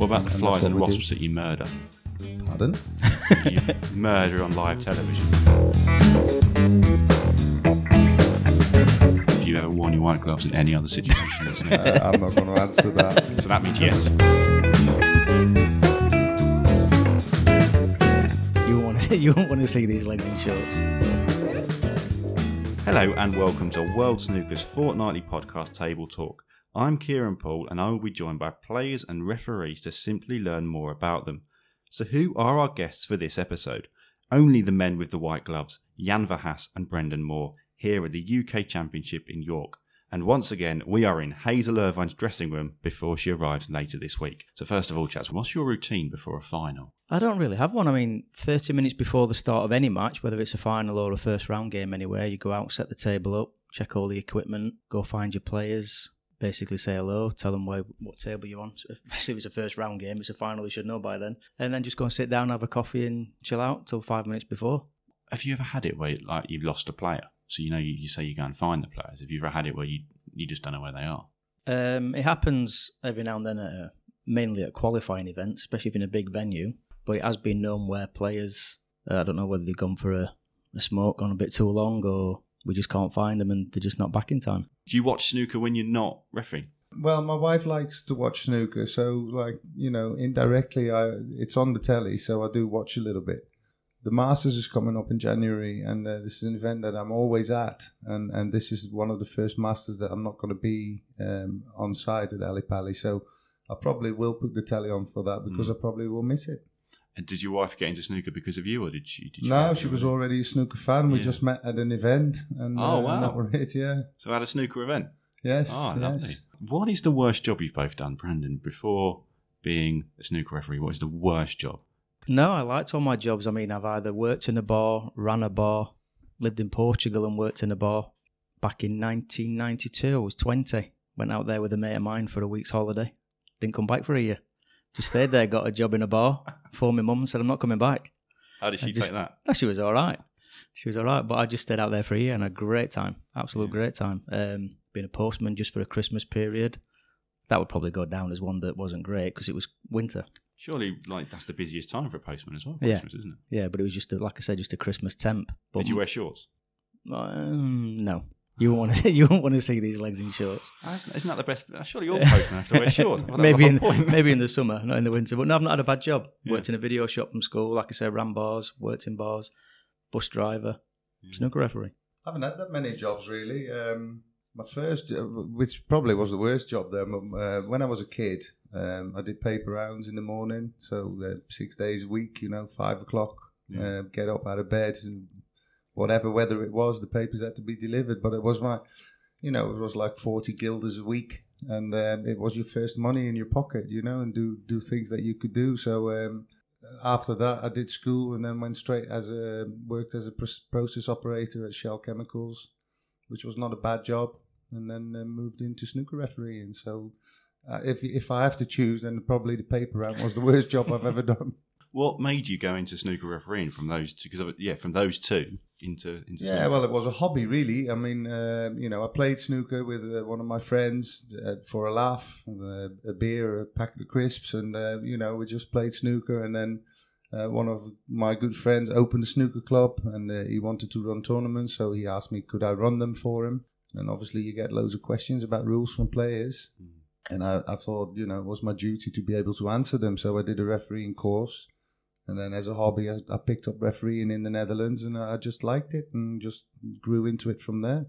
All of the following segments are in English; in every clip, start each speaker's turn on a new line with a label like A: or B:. A: about the
B: And
A: flies
B: that's
A: and
B: what we do.
A: wasps that you murder?
B: Pardon?
A: You murder on live television. Have you ever worn your white gloves in any other situation? listener?
B: Uh, I'm not going to answer that.
A: so that means yes.
C: You want to, you want to see these legs in shorts.
A: Hello and welcome to World Snooker's fortnightly podcast Table Talk. I'm Kieran Paul and I will be joined by players and referees to simply learn more about them. So, who are our guests for this episode? Only the men with the white gloves, Jan Verhaas and Brendan Moore, here at the UK Championship in York. And once again, we are in Hazel Irvine's dressing room before she arrives later this week. So, first of all, chaps, what's your routine before a final?
C: I don't really have one. I mean, 30 minutes before the start of any match, whether it's a final or a first round game anywhere, you go out, set the table up, check all the equipment, go find your players, basically say hello, tell them where, what table you're on. Especially if it's a first round game, it's a final, you should know by then. And then just go and sit down, have a coffee, and chill out till five minutes before.
A: Have you ever had it where like you've lost a player? So you know you, you say you go and find the players. Have you ever had it where you you just don't know where they are?
C: Um, it happens every now and then, at, uh, mainly at qualifying events, especially if in a big venue. But it has been known where players, uh, I don't know whether they've gone for a, a smoke, gone a bit too long, or we just can't find them and they're just not back in time.
A: Do you watch snooker when you're not refereeing?
B: Well, my wife likes to watch snooker, so like you know, indirectly, I it's on the telly, so I do watch a little bit. The Masters is coming up in January, and uh, this is an event that I'm always at, and and this is one of the first Masters that I'm not going to be um, on site at Ali Pali, so I probably will put the telly on for that because I probably will miss it.
A: And did your wife get into snooker because of you, or did she? Did you
B: No, she was already a snooker fan. We
A: Yeah.
B: just met at an event, and
A: Oh,
B: uh, and
A: wow.
B: that were it. Yeah,
A: So at a snooker event.
B: yes,
A: Oh,
B: yes.
A: lovely. What is the worst job you've both done, Brandon? Before being a snooker referee, what is the worst job?
C: No, I liked all my jobs. I mean, I've either worked in a bar, ran a bar, lived in Portugal and worked in a bar. Back in 1992, I was 20. Went out there with a mate of mine for a week's holiday. Didn't come back for a year. Just stayed there, got a job in a bar. Phoned my mum and said, I'm not coming back.
A: How did
C: I
A: she
C: just-
A: take that?
C: No, she was all right. She was all right, but I just stayed out there for a year and had a great time. Absolute great time. Um, being a postman just for a Christmas period, that would probably go down as one that wasn't great because it was winter.
A: Surely, like that's the busiest time for a postman as well.
C: Yeah.
A: Christmas, isn't it?
C: Yeah, but it was just a, like I said, just a Christmas temp. But
A: Did you wear Ah. shorts?
C: Um, no, you won't want to. You won't want to see these legs in shorts.
A: Ah, Isn't isn't that the best? Surely all postmen have to wear shorts. Well, that's
C: maybe
A: the
C: in
A: whole point.
C: maybe in the summer, not in the winter. But no, I've not had a bad job.
A: Yeah.
C: Worked in a video shop from school, like I said, ran bars, worked in bars, bus driver,
A: Mm.
C: snooker referee.
B: I haven't had that many jobs really. Um, my first, uh, which probably was the worst job there, m- uh, when I was a kid, um, I did paper rounds in the morning, so uh, six days a week, you know, five o'clock,
A: Yeah.
B: uh, get up out of bed, and whatever weather it was, the papers had to be delivered. But it was my, you know, it was like forty guilders a week, and um, it was your first money in your pocket, you know, and do do things that you could do. So. Um, after that, I did school and then went straight as a worked as a pr- process operator at Shell Chemicals, which was not a bad job, and then uh, moved into snooker refereeing. So, uh, if if I have to choose, then probably the paper round was the worst job I've ever done.
A: What made you go into snooker refereeing from those two? Because yeah, from those two into into
B: Yeah,
A: snooker.
B: well, it was a hobby, really. I mean, um, you know, I played snooker with uh, one of my friends uh, for a laugh, uh, a beer, a packet of crisps, and uh, you know, we just played snooker. And then uh, one of my good friends opened a snooker club, and uh, he wanted to run tournaments, so he asked me, could I run them for him? And obviously, you get loads of questions about rules from players.
A: Mm.
B: And I, I thought, you know, it was my duty to be able to answer them. So I did a refereeing course. And then as a hobby, I, I picked up refereeing in the Netherlands and I just liked it and just grew into it from there.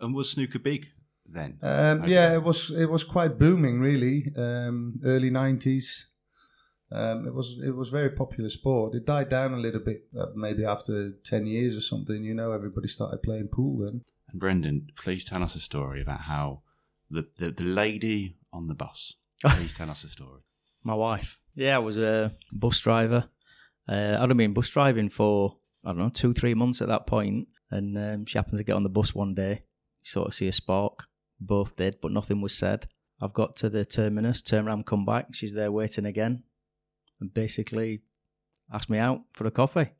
A: And was snooker big then?
B: Um,
A: Okay.
B: Yeah, it was it was quite booming really. Um, early nineties. Um, it was it was very popular sport. It died down a little bit, uh, maybe after ten years or something. You know, everybody started playing pool then.
A: And Brendan, please tell us a story about how the, the, the lady on the bus. Please tell us a story.
C: My wife. Yeah, I was a bus driver. Uh, I'd have been bus driving for, I don't know, two, three months at that point. And um, she happened to get on the bus one day. You sort of see a spark. Both did, but nothing was said. I've got to the terminus, turn around, come back. She's there waiting again. And basically asked me out for a coffee.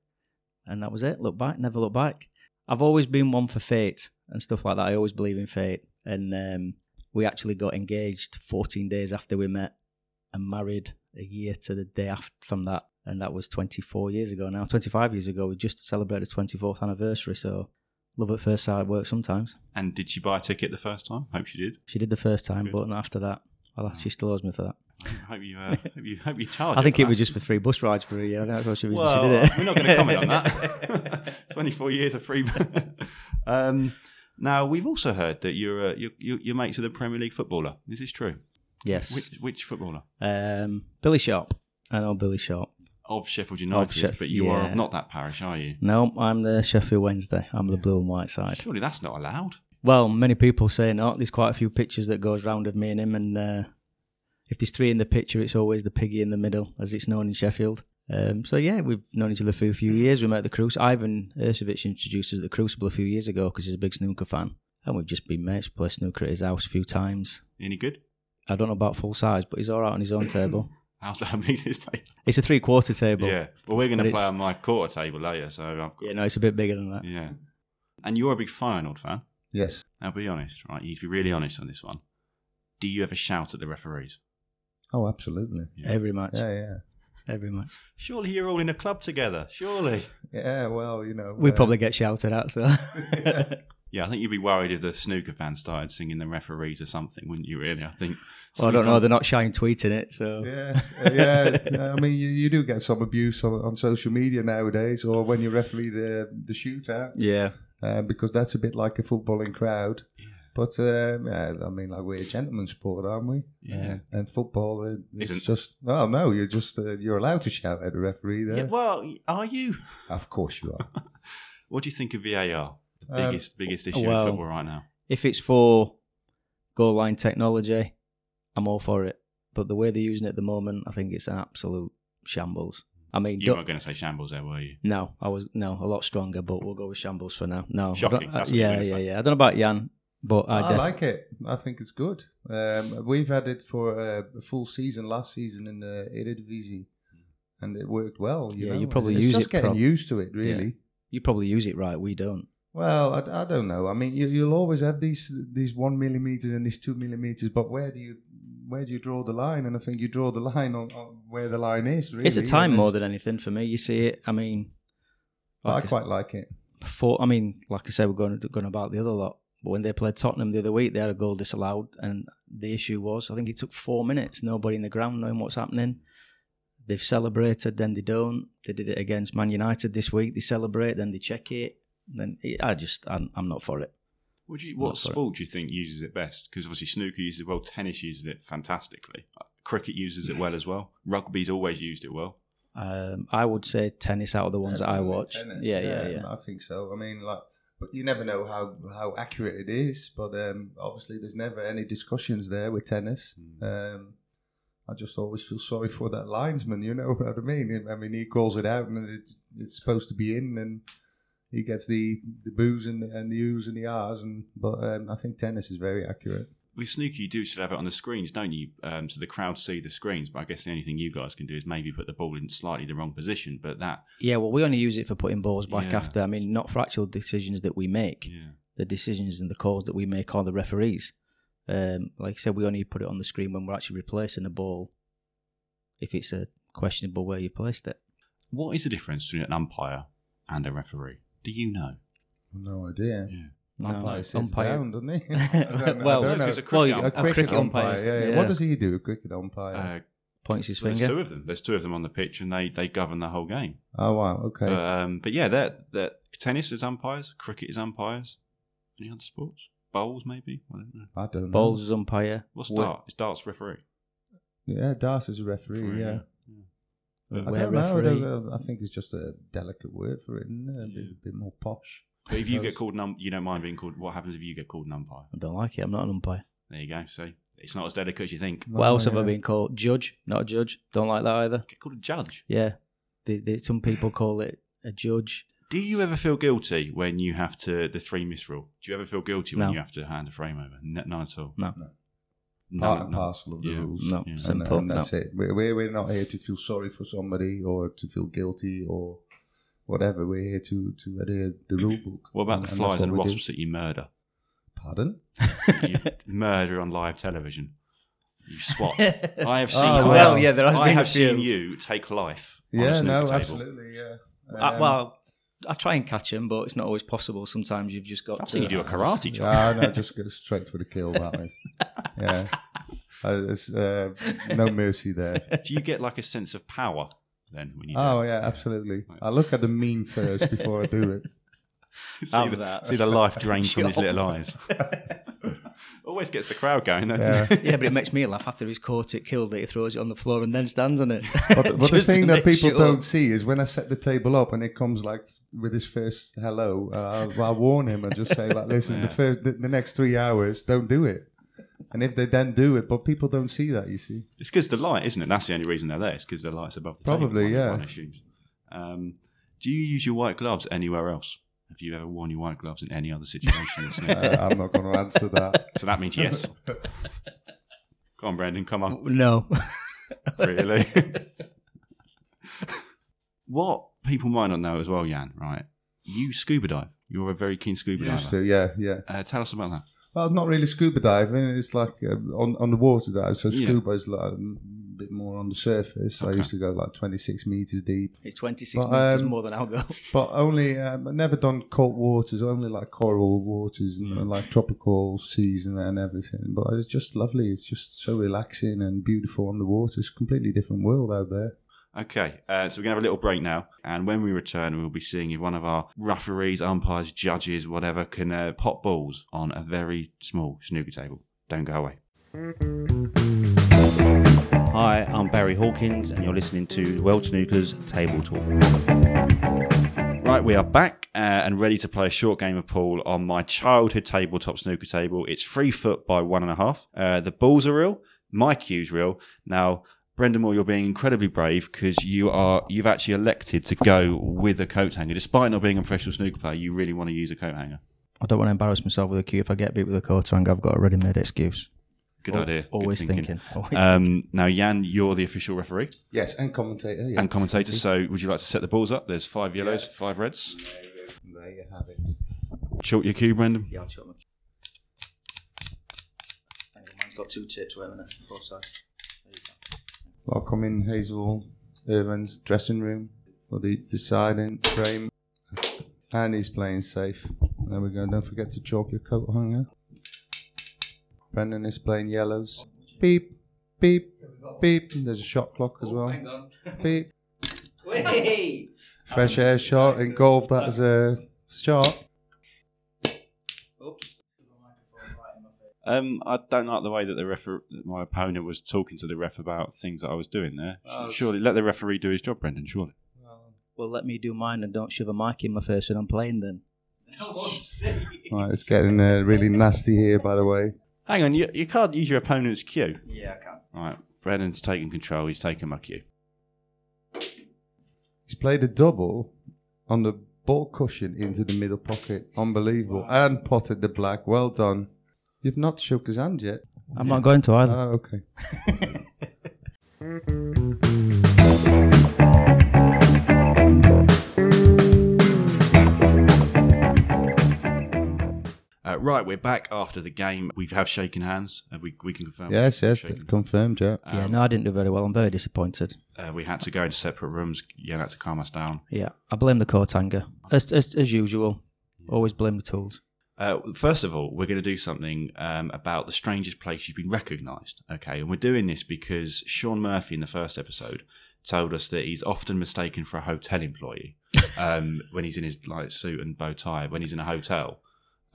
C: And that was it. Look back, never look back. I've always been one for fate and stuff like that. I always believe in fate. And um, we actually got engaged 14 days after we met and married a year to the day after from that. And that was 24 years ago now, 25 years ago. We just celebrated his 24th anniversary. So love at first sight works sometimes.
A: And did she buy a ticket the first time? Hope she did.
C: She did the first time,
A: Good.
C: but not after that. Well, she still owes me for that.
A: Hope you, uh, hope you, hope you charge.
C: I
A: her
C: think
A: for
C: it was
A: that.
C: just for free bus rides for a year. That's what she was.
A: Well,
C: she did it.
A: we're not going to comment on that. 24 years of free. um, now we've also heard that you're, uh, you're you're you're mates with a Premier League footballer. Is this true?
C: yes.
A: Which which footballer
C: Um, Billy Sharp. I know Billy Sharp.
A: of Sheffield United?
C: Sheff-
A: but you are
C: yeah.
A: of not that parish, are you?
C: No, I'm the Sheffield Wednesday. I'm the blue and white side.
A: Surely that's not allowed.
C: Well, many people say not. There's quite a few pictures that goes round of me and him, and uh, if there's three in the picture, it's always the piggy in the middle, as it's known in Sheffield. Um, so yeah, we've known each other for a few years. We met at the Crucible. Ivan Ersovic introduced us at the Crucible a few years ago because he's a big snooker fan, and we've just been mates. Played snooker at his house a few times.
A: Any good?
C: I don't know about full size, but he's all right on his own table.
A: How's that meet his table?
C: It's a three-quarter table.
A: yeah. Well, we're going
C: but
A: to play
C: it's-
A: on my quarter table later, so I've got,
C: Yeah, no, it's a bit bigger than that.
A: yeah. And you're a big Feyenoord fan.
B: Yes.
A: Now, be honest, right? You need to be really honest on this one. Do you ever shout at the referees?
B: Oh, absolutely.
A: Yeah.
C: Every match,
B: Yeah, yeah.
C: every match.
A: Surely you're all in a club together. Surely.
B: Yeah, well, you know.
C: We
B: uh,
C: probably get shouted at, so
A: Yeah, I think you'd be worried if the snooker fans started singing the referees or something, wouldn't you? Really, I think.
C: Well, I don't know.
A: Something's
C: They're not shy in tweeting it, so
B: Yeah, yeah. I mean, you, you do get some abuse on, on social media nowadays, or when you referee the the shootout,
C: yeah.
B: uh, because that's a bit like a footballing crowd. But um, yeah, I mean, like we're a gentleman's sport, aren't we?
A: gone- Yeah.
B: Uh, and football uh, it's
A: Isn't-
B: just well, no, you're just uh, you're allowed to shout at the referee there.
A: Yeah, Well, are you?
B: of course you are.
A: What do you think of VAR?
B: Um,
A: Biggest, biggest issue
C: well-
A: in football right now.
C: If it's for goal line technology, I'm all for it. But the way they're using it at the moment, I think it's an absolute shambles. I mean,
A: You
C: don't-
A: weren't going to say shambles, there, were you?
C: no, I was no a lot stronger, but we'll go with shambles for now. No, I
A: Shocking,
C: don't- uh,
A: that's what you were
C: yeah,
A: gonna
C: yeah,
A: say.
C: yeah. I don't know about Jan, but I,
B: I,
C: def-
B: like it. I think it's good. Um, we've had it for uh, a full season last season in the Eredivisie,
A: Hmm.
B: and it worked well. You
C: Yeah,
B: know?
C: you probably
B: it's
C: use
B: just
C: it
B: getting
C: prob-
B: used to it, really.
C: you probably use it right. We don't.
B: Well, I, I don't know. I mean, you, you'll always have these these one millimeters and these two millimeters, but where do you where do you draw the line? And I think you draw the line on, on where the line is. Really,
C: it's a time
B: And
C: more than anything for me. You see it. I mean,
B: I
C: like I
B: quite like it.
C: four. I mean, like I said, we're going going about the other lot. But when they played Tottenham the other week, they had a goal disallowed, and the issue was, I think it took four minutes. Nobody in the ground knowing what's happening. They've celebrated, then they don't. They did it against Man United this week. They celebrate, then they check it. Then it, I just, I'm, I'm not for it.
A: What, do you, what
C: Not for it.
A: sport do you think uses it best? Because obviously snooker uses it well, tennis uses it fantastically, cricket uses it well as well. Rugby's always used it well.
C: Um, I would say tennis out of the ones that I
B: Definitely
C: watch.
B: tennis.
C: Yeah, yeah, yeah,
B: I think so. I mean, like, but you never know how how accurate it is. But um, obviously, there's never any discussions there with tennis. Um, I just always feel sorry for that linesman. You know what I mean? I mean, he calls it out, and it's it's supposed to be in, and he gets the the boos and and the oohs and the ahs. And but um, I think tennis is very accurate.
A: With snooker, you do still have it on the screens, don't you? Um, so the crowd see the screens, but I guess the only thing you guys can do is maybe put the ball in slightly the wrong position. But that,
C: Yeah, well, we only use it for putting balls back
A: Yeah.
C: after. I mean, not for actual decisions that we make.
A: yeah.
C: the decisions and the calls that we make are the referees. Um, like I said, we only put it on the screen when we're actually replacing a ball if it's a questionable where you placed it.
A: What is the difference between an umpire and a referee? Do you know?
B: No idea.
A: Yeah.
C: No,
B: umpire sits
C: umpire-
B: down, doesn't he? I don't know- I
C: Well,
B: don't
A: no,
B: know.
A: 'cause a
C: well,
A: cricket,
C: you-
B: a
A: ump-
B: cricket, umpire.
C: umpires,
B: yeah, yeah. What does he do? A cricket umpire.
A: uh,
C: points his
A: there's
C: finger.
A: two of them. There's two of them on the pitch, and they, they govern the whole game.
B: oh wow. Okay.
C: uh,
A: But, um, but yeah, that that tennis is umpires, cricket is umpires. Any other sports? Bowls maybe. I don't know.
B: I don't know.
C: Bowls as umpire.
A: What's
C: Wh-
A: dart? It's darts referee.
B: Yeah, Das is a referee.
A: Referee,
B: yeah,
C: where
B: I don't know. I,
C: referee-
B: don't know. I think it's just a delicate word for it, isn't it? A bit,
A: Yeah.
B: bit more posh.
A: But if you get
B: Those-
A: called an ump, you don't mind being called. What happens if you get called an umpire?
C: I don't like it. I'm not an umpire.
A: There you go. See, it's not as delicate as you think.
C: what
B: No,
C: else have I
B: yeah.
C: been called? Judge? Not a judge. Don't like that either.
A: Get called a judge.
C: Yeah. The, the, some people call it a judge.
A: Do you ever feel guilty when you have to the three miss rule? Do you ever feel guilty when
C: No.
A: you have to hand a frame over? N- none at all.
C: No.
B: No.
A: No,
B: Part and
A: no.
B: parcel of the
A: Yeah.
B: rules.
C: No,
A: Yeah.
B: And,
C: simple.
B: and
C: no.
B: that's it. We're, we're we're not here to feel sorry for somebody or to feel guilty or whatever. We're here to to adhere the rule book.
A: What about the
B: that's
A: flies
B: what
A: and
B: we do.
A: wasps that you murder?
B: Pardon?
A: you murder on live television. You swat. I have seen.
B: Oh,
A: you-
B: well,
C: yeah, there has
A: I
C: been a
A: have seen
C: few.
A: you take life. on a
B: Yeah,
A: snooker
B: no,
A: table. Uh,
B: absolutely, yeah.
C: I,
B: Um,
C: well, I try and catch him, but it's not always possible. Sometimes you've just got.
A: I've
C: to,
A: seen you do a karate chop.
B: Ah, no, just go straight for the kill. That is, yeah. Uh, there's uh, no mercy there.
A: Do you get like a sense of power then when you? do
B: Oh
A: it?
B: yeah, absolutely.
A: Right.
B: I look at the mean first before I do it.
A: See
C: Have
A: the,
C: that.
A: see the life drain from his
C: Job.
A: little eyes. Always gets the crowd going. Though,
B: Yeah.
A: doesn't it?
C: Yeah, but it makes me laugh after he's caught it, killed it, he throws it on the floor and then stands on it.
B: But, the- but the
C: Just to
B: thing that
C: make
B: people
C: sure.
B: don't see is when I set the table up and it comes like with his first hello, uh, I'll, I'll warn him and just say like, listen, the
A: Yeah.
B: first the, the next three hours, don't do it. And if they then do it, but people don't see that, you see.
A: It's because the light, isn't it? That's the only reason they're there. It's because the light's above the table,
B: Probably,
A: one-
B: yeah.
A: One assumes. Um, do you use your white gloves anywhere else? Have you ever worn your white gloves in any other situation? than snooker?
B: Uh, I'm not going to answer that.
A: so that means yes. Come on, Brendan. Come on.
C: no.
A: really. what people might not know as well, Jan, right? You scuba dive. You're a very keen scuba
B: Used
A: diver.
B: to, yeah, yeah.
A: Uh, tell us about that.
B: Well, not really scuba diving. It's like uh, on on the water dive. So
A: Yeah.
B: scuba is like mm, a bit more on the surface. I
A: Okay.
B: used to go like 26 meters deep,
C: It's 26
B: But,
C: metres
B: um,
C: more than I'll go.
B: but only um, I've never done cold waters. Only like coral waters and uh, like tropical seas and, and everything. But it's just lovely. It's just so relaxing and beautiful on the water. It's a completely different world out there.
A: Okay, uh, so we're going to have a little break now. And when we return, we'll be seeing if one of our referees, umpires, judges, whatever, can uh, pop balls on a very small snooker table. Don't go away.
D: Hi, I'm Barry Hawkins, and you're listening to World Snooker's Table Talk.
A: Right, we are back uh, and ready to play a short game of pool on my childhood tabletop snooker table. It's three foot by one and a half. Uh, the balls are real. My cue's real. Now, Brendan Moore, you're being incredibly brave because you are you've actually elected to go with a coat hanger, despite not being a professional snooker player. You really want to use a coat hanger.
C: I don't want to embarrass myself with a cue. If I get beat with a coat hanger, I've got a ready made excuse.
A: Good
C: Al-
A: idea. Good
C: Always thinking. Always
A: Um, now, Jan, you're the official referee
B: Yes, and commentator. Yeah.
A: and commentator. So, would you like to set the balls up? There's five yellows, five reds.
B: there you have it.
A: Chalk your cue, Brendan.
C: Yeah, I'll shut my Mine's got two tips, wait a minute. Both sides.
B: Welcome in Hazel Irvin's dressing room for the deciding frame. And he's playing safe. There we go. Don't forget to chalk your coat hanger. Brendan is playing yellows. Beep, beep, beep. There's a shot clock as well.
C: Oh, on.
B: Beep.
C: Wait!
B: Fresh air shot in golf. That is a shot.
C: Oops.
A: Um, I don't like the way that the refer- that my opponent was talking to the ref about things that I was doing there.
B: Oh, it's-
A: surely, let the referee do his job, Brendan. Surely.
C: Well, let me do mine and don't shove a mic in my face when I'm playing then.
B: Right, it's getting uh, really nasty here, by the way.
A: Hang on, you, you can't use your opponent's cue.
C: Yeah, I can.
A: Right, Brendan's taking control. He's taking my cue.
B: He's played a double on the ball cushion into the middle pocket. Unbelievable. And potted the black. Well done. You've not shook his hand yet.
C: I'm not going to either.
B: Oh, okay.
A: Uh, right, we're back after the game. We have shaken hands. Uh, we we can confirm.
B: Yes, yes.
A: Shaken.
B: Confirmed, yeah.
C: yeah,
A: Um,
C: no, I didn't do very well. I'm very disappointed.
A: uh, we had to go into separate rooms. Yeah, that to calm us down.
C: Yeah, I blame the court hanger. As, as, as usual, always blame the tools.
A: Uh, first of all, we're going to do something um, about the strangest place you've been recognised. Okay, and we're doing this because Sean Murphy in the first episode told us that he's often mistaken for a hotel employee um, when he's in his like suit and bow tie when he's in a hotel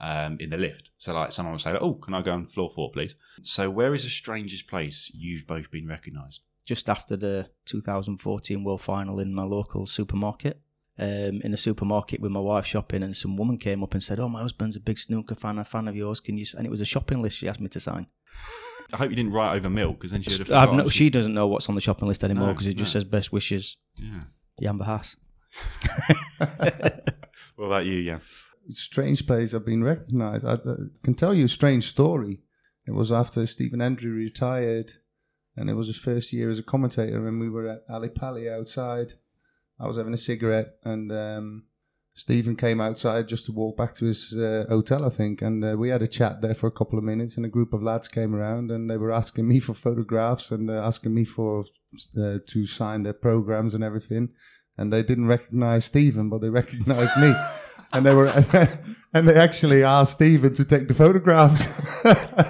A: um, in the lift. So like someone will say, "Oh, can I go on floor four, please?" So where is the strangest place you've both been recognised?
C: Just after the 2014 World Final in my local supermarket, um, in a supermarket with my wife shopping, and some woman came up and said, "Oh, my husband's a big snooker fan, a fan of yours. Can you?" s-" And it was a shopping list she asked me to sign.
A: I hope you didn't write over milk because then she'd have.
C: I've
A: forgotten.
C: no, she doesn't know what's on the shopping list anymore
A: No,
C: because it just
A: no.
C: says best wishes,
A: Yeah.
C: Jan Bahas.
A: What about you? Yeah.
B: strange place I've been recognised. I uh, can tell you a strange story. It was after Stephen Andrew retired, and it was his first year as a commentator, and we were at Ali Pali outside. I was having a cigarette, and um, Stephen came outside just to walk back to his uh, hotel, I think, and uh, we had a chat there for a couple of minutes. And a group of lads came around, and they were asking me for photographs and uh, asking me for uh, to sign their programs and everything. And they didn't recognize Stephen, but they recognized me. And they were, and they actually asked Stephen to take the photographs.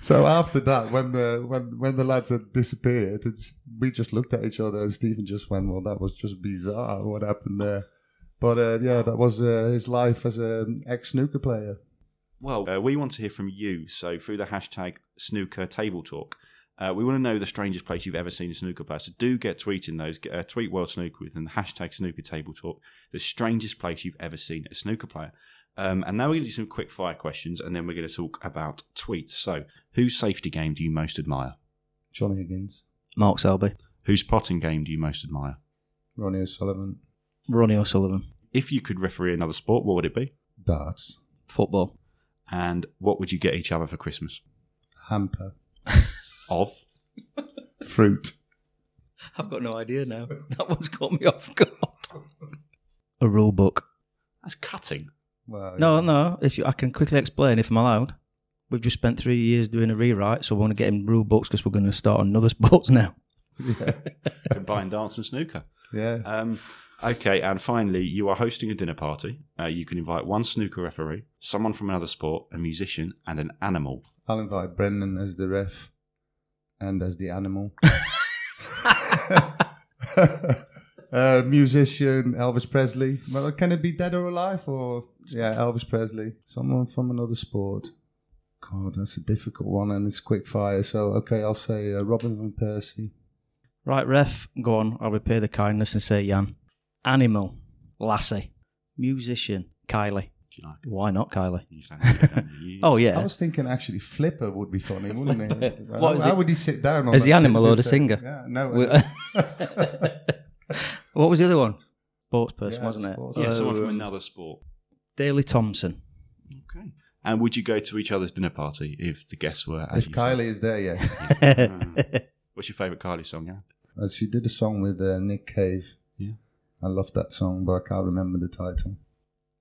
B: so after that, when the when when the lads had disappeared, it's, we just looked at each other, and Stephen just went, "Well, that was just bizarre. What happened there?" But uh, yeah, that was uh, his life as an ex snooker player.
A: Well, uh, we want to hear from you. So through the hashtag snooker table talk, uh, we want to know the strangest place you've ever seen a snooker player. So do get tweeting those. Get, uh, tweet World Snooker with and hashtag snooker table talk. The strangest place you've ever seen a snooker player. Um, and now we're going to do some quick fire questions, and then we're going to talk about tweets. So, whose safety game do you most admire?
B: Johnny Higgins,
C: Mark Selby,
A: Whose potting game do you most admire?
B: Ronnie O'Sullivan,
C: Ronnie O'Sullivan,
A: If you could referee another sport, what would it be?
B: darts,
C: football,
A: And what would you get each other for Christmas?
B: hamper,
A: Of
B: fruit.
C: I've got no idea now. That one's caught me off guard. A rule book.
A: that's cutting.
B: Well,
C: No, no. If you, I can quickly explain, if I'm allowed, we've just spent three years doing a rewrite, so we want to get in rule books because we're going to start another sports now.
B: yeah,
A: Combine dance and snooker.
B: yeah.
A: Um, okay, and finally, you are hosting a dinner party. Uh, you can invite one snooker referee, someone from another sport, a musician, and an animal.
B: I'll invite Brendan as the ref and as the animal. uh, musician Elvis Presley. Well, can it be dead or alive? Or yeah, Elvis Presley. Someone from another sport. God, that's a difficult one, and it's quick fire. So okay, I'll say uh, Robin van Persie.
C: Right, ref, go on. I'll repay the kindness and say Jan. Animal, Lassie. Musician, Kylie.
A: Do you like
C: Why not Kylie?
A: you like it, don't you?
C: Oh,
B: I
C: yeah.
B: was thinking actually Flipper would be funny, wouldn't it?
C: What
B: how,
C: is
B: how
C: it?
B: would he sit down? on
C: As
B: that
C: the animal
B: thing?
C: or the singer?
B: Yeah, no. uh,
C: We- what was the other one? Sports person,
B: Yeah,
C: wasn't it?
B: sports
A: yeah, someone
C: Uh,
A: from another sport.
C: Daley Thompson.
A: Okay. And would you go to each other's dinner party if the guests were? as
B: if
A: you said?
B: Kylie is there, yes.
C: Hmm.
A: What's your favourite Kylie song? Yeah.
B: Uh, she did a song with uh, Nick Cave.
A: Yeah.
B: I love that song, but I can't remember the title.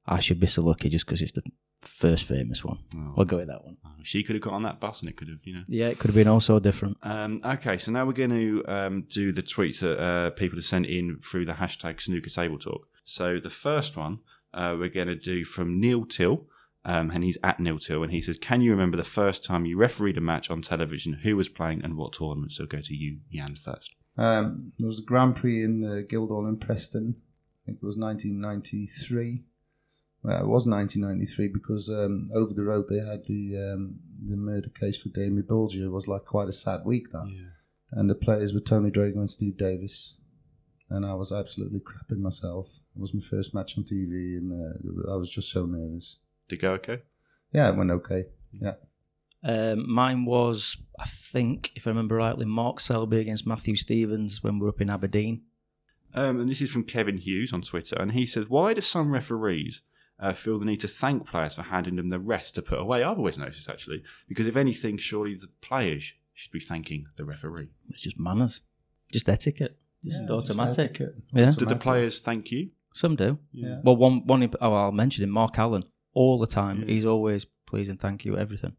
C: I should be so lucky just because it's the first famous one.
A: Oh.
C: I'll go with that one.
A: Oh, she could have got on that bus and it could have, you know.
C: Yeah, it could have been also different.
A: Um, okay, so now we're going to um, do the tweets that uh, people have sent in through the hashtag snooker table talk. So the first one uh, we're going to do from Neil Till, um, and he's at Neil Till, and he says, "Can you remember the first time you refereed a match on television? Who was playing and what tournament?" So go to you, Jan, first.
B: Um, there was a Grand Prix in uh, Guildhall in Preston. I think it was 1993. Well, it was 1993 because um, over the road they had the um, the murder case for Damien Bulger. It was like quite a sad week that. and the players were Tony Drago and Steve Davis. And I was absolutely crapping myself. It was my first match on TV, and uh, I was just so nervous.
A: Did it go okay?
B: Yeah, it went okay. Yeah,
C: Um, mine was, I think, if I remember rightly, Mark Selby against Matthew Stevens when we were up in Aberdeen.
A: Um, and this is from Kevin Hughes on Twitter, and he says, "Why do some referees uh, feel the need to thank players for handing them the rest to put away?" I've always noticed this, actually, because if anything, surely the players should be thanking the referee.
C: It's just manners, just etiquette, just
B: Yeah,
C: automatic.
B: etiquette.
A: Did
C: Yeah,
A: the
B: Automatic.
A: players thank you?
C: some do.
B: Yeah.
C: Well, one one. in- Oh, I'll mention him, Mark Allen, all the time.
A: Yeah.
C: He's always please and thank you everything.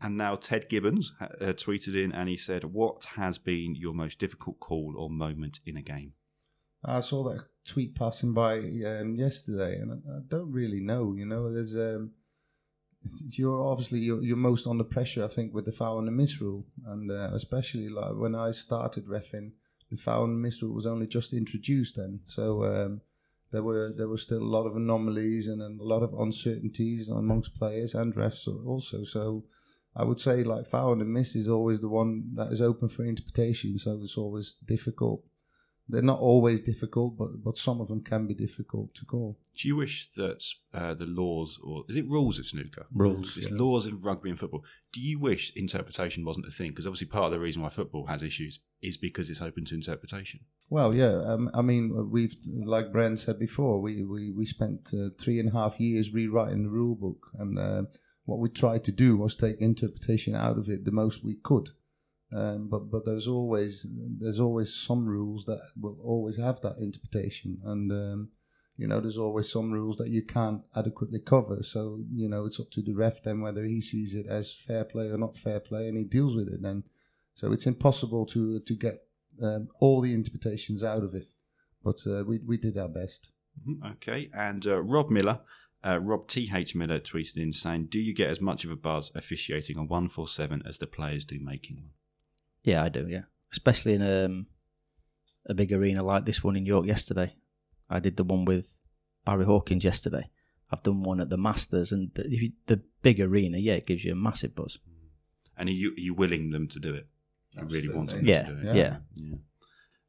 A: And now Ted Gibbons uh, tweeted in and he said, What has been your most difficult call or moment in a game?
B: I saw that tweet passing by um, yesterday, and I, I don't really know. You know, there's um, it's- you're obviously you're, you're most under pressure, I think, with the foul and the miss rule, and uh, especially like when I started refing, the foul and miss rule was only just introduced then, so um, there were there were still a lot of anomalies and a lot of uncertainties amongst players and refs also. So. I would say like foul and the miss is always the one that is open for interpretation, so it's always difficult they're not always difficult, but but some of them can be difficult to call.
A: Do you wish that uh, the laws, or is it rules at snooker?
B: Rules,
A: It's
B: yeah.
A: laws in rugby and football. Do you wish interpretation wasn't a thing? Because obviously, part of the reason why football has issues is because it's open to interpretation.
B: Well, yeah, um, I mean, we've like Bren said before, we we we spent uh, three and a half years rewriting the rule book, and uh, what we tried to do was take interpretation out of it the most we could. Um, but but there's always there's always some rules that will always have that interpretation, and um, You know, there's always some rules that you can't adequately cover. So, you know, it's up to the ref then whether he sees it as fair play or not fair play and he deals with it then. So it's impossible to, to get um, all the interpretations out of it. But uh, we, we did our best.
A: Mhm, Okay, and uh, Rob Miller, uh, Rob T.H. Miller tweeted in saying, Do you get as much of a buzz officiating a 147 as the players do making one?
C: Yeah, I do. Yeah, especially in um, a big arena like this one in York yesterday. I did the one with Barry Hawkins yesterday. I've done one at the Masters, and the, if you, the big arena, yeah, it gives you a massive buzz.
A: And are you, are you willing them to do it? You really want them
B: Absolutely.
A: to
C: Yeah,
A: do it?
B: Yeah.
C: yeah.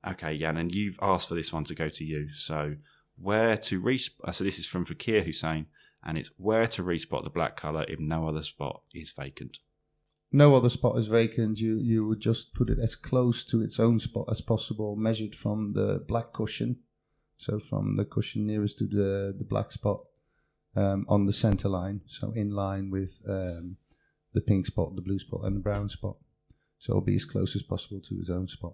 A: Yeah. Okay, Jan, and you've asked for this one to go to you. So, where to respot? Uh, so, this is from Fakir Hussein, and it's where to respot the black colour if no other spot is vacant.
B: no other spot is vacant. You you would just put it as close to its own spot as possible, measured from the black cushion, so from the cushion nearest to the the black spot um, on the center line, so in line with um, the pink spot, the blue spot, and the brown spot. So it'll be as close as possible to its own spot.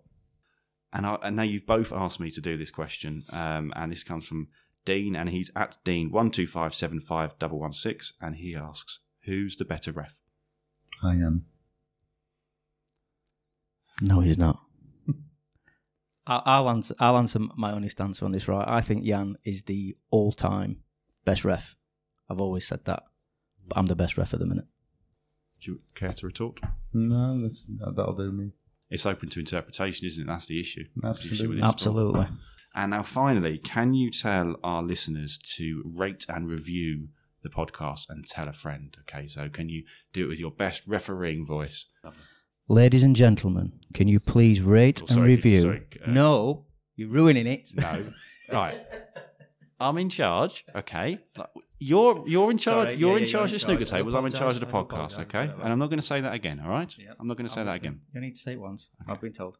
A: And, I, and now you've both asked me to do this question, um, and this comes from Dean, and he's at Dean one two five seven five double one six, and he asks, "Who's the better ref?"
B: I am.
C: No, he's not. I- I'll answer. I'll answer my honest answer on this. Right, I think Jan is the all-time best ref. I've always said that, but I'm the best ref at the minute.
A: Do you care to retort?
B: No, that's, that, that'll do me.
A: It's open to interpretation, isn't it? That's the issue. That's the issue with this
B: Absolutely.
A: sport.
C: Absolutely.
A: And now, finally, can you tell our listeners to rate and review the podcast and tell a friend? Okay, so can you do it with your best refereeing voice?
C: Ladies and gentlemen, can you please rate
A: Oh,
C: and
A: sorry,
C: review?
A: sorry, uh,
C: no, you're ruining it.
A: No, right. I'm in charge. Okay, Like, you're you're in charge.
C: Sorry, yeah,
A: you're
C: yeah,
A: in
C: you're
A: charge
C: in
A: of
C: charge.
A: snooker
C: I
A: tables. I'm in charge of the
C: apologise.
A: podcast.
C: I
A: Okay,
C: apologise.
A: and I'm not going to say that again. All right,
C: Yeah.
A: I'm not going to say that again.
C: You need to say it once. I've been told.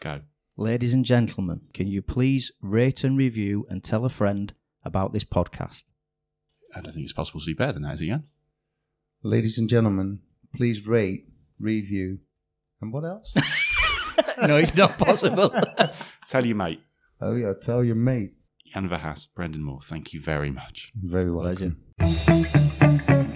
A: Go.
C: Ladies and gentlemen, can you please rate and review and tell a friend about this podcast?
A: I don't think it's possible to be better than that, is it, Jan?
B: Ladies and gentlemen, please rate, review, and what else?
C: no, it's not possible.
A: Tell you, mate.
B: oh yeah, tell your mate.
A: Jan Verhaas, Brendan Moore. Thank you very much.
B: Very welcome.
C: Pleasure.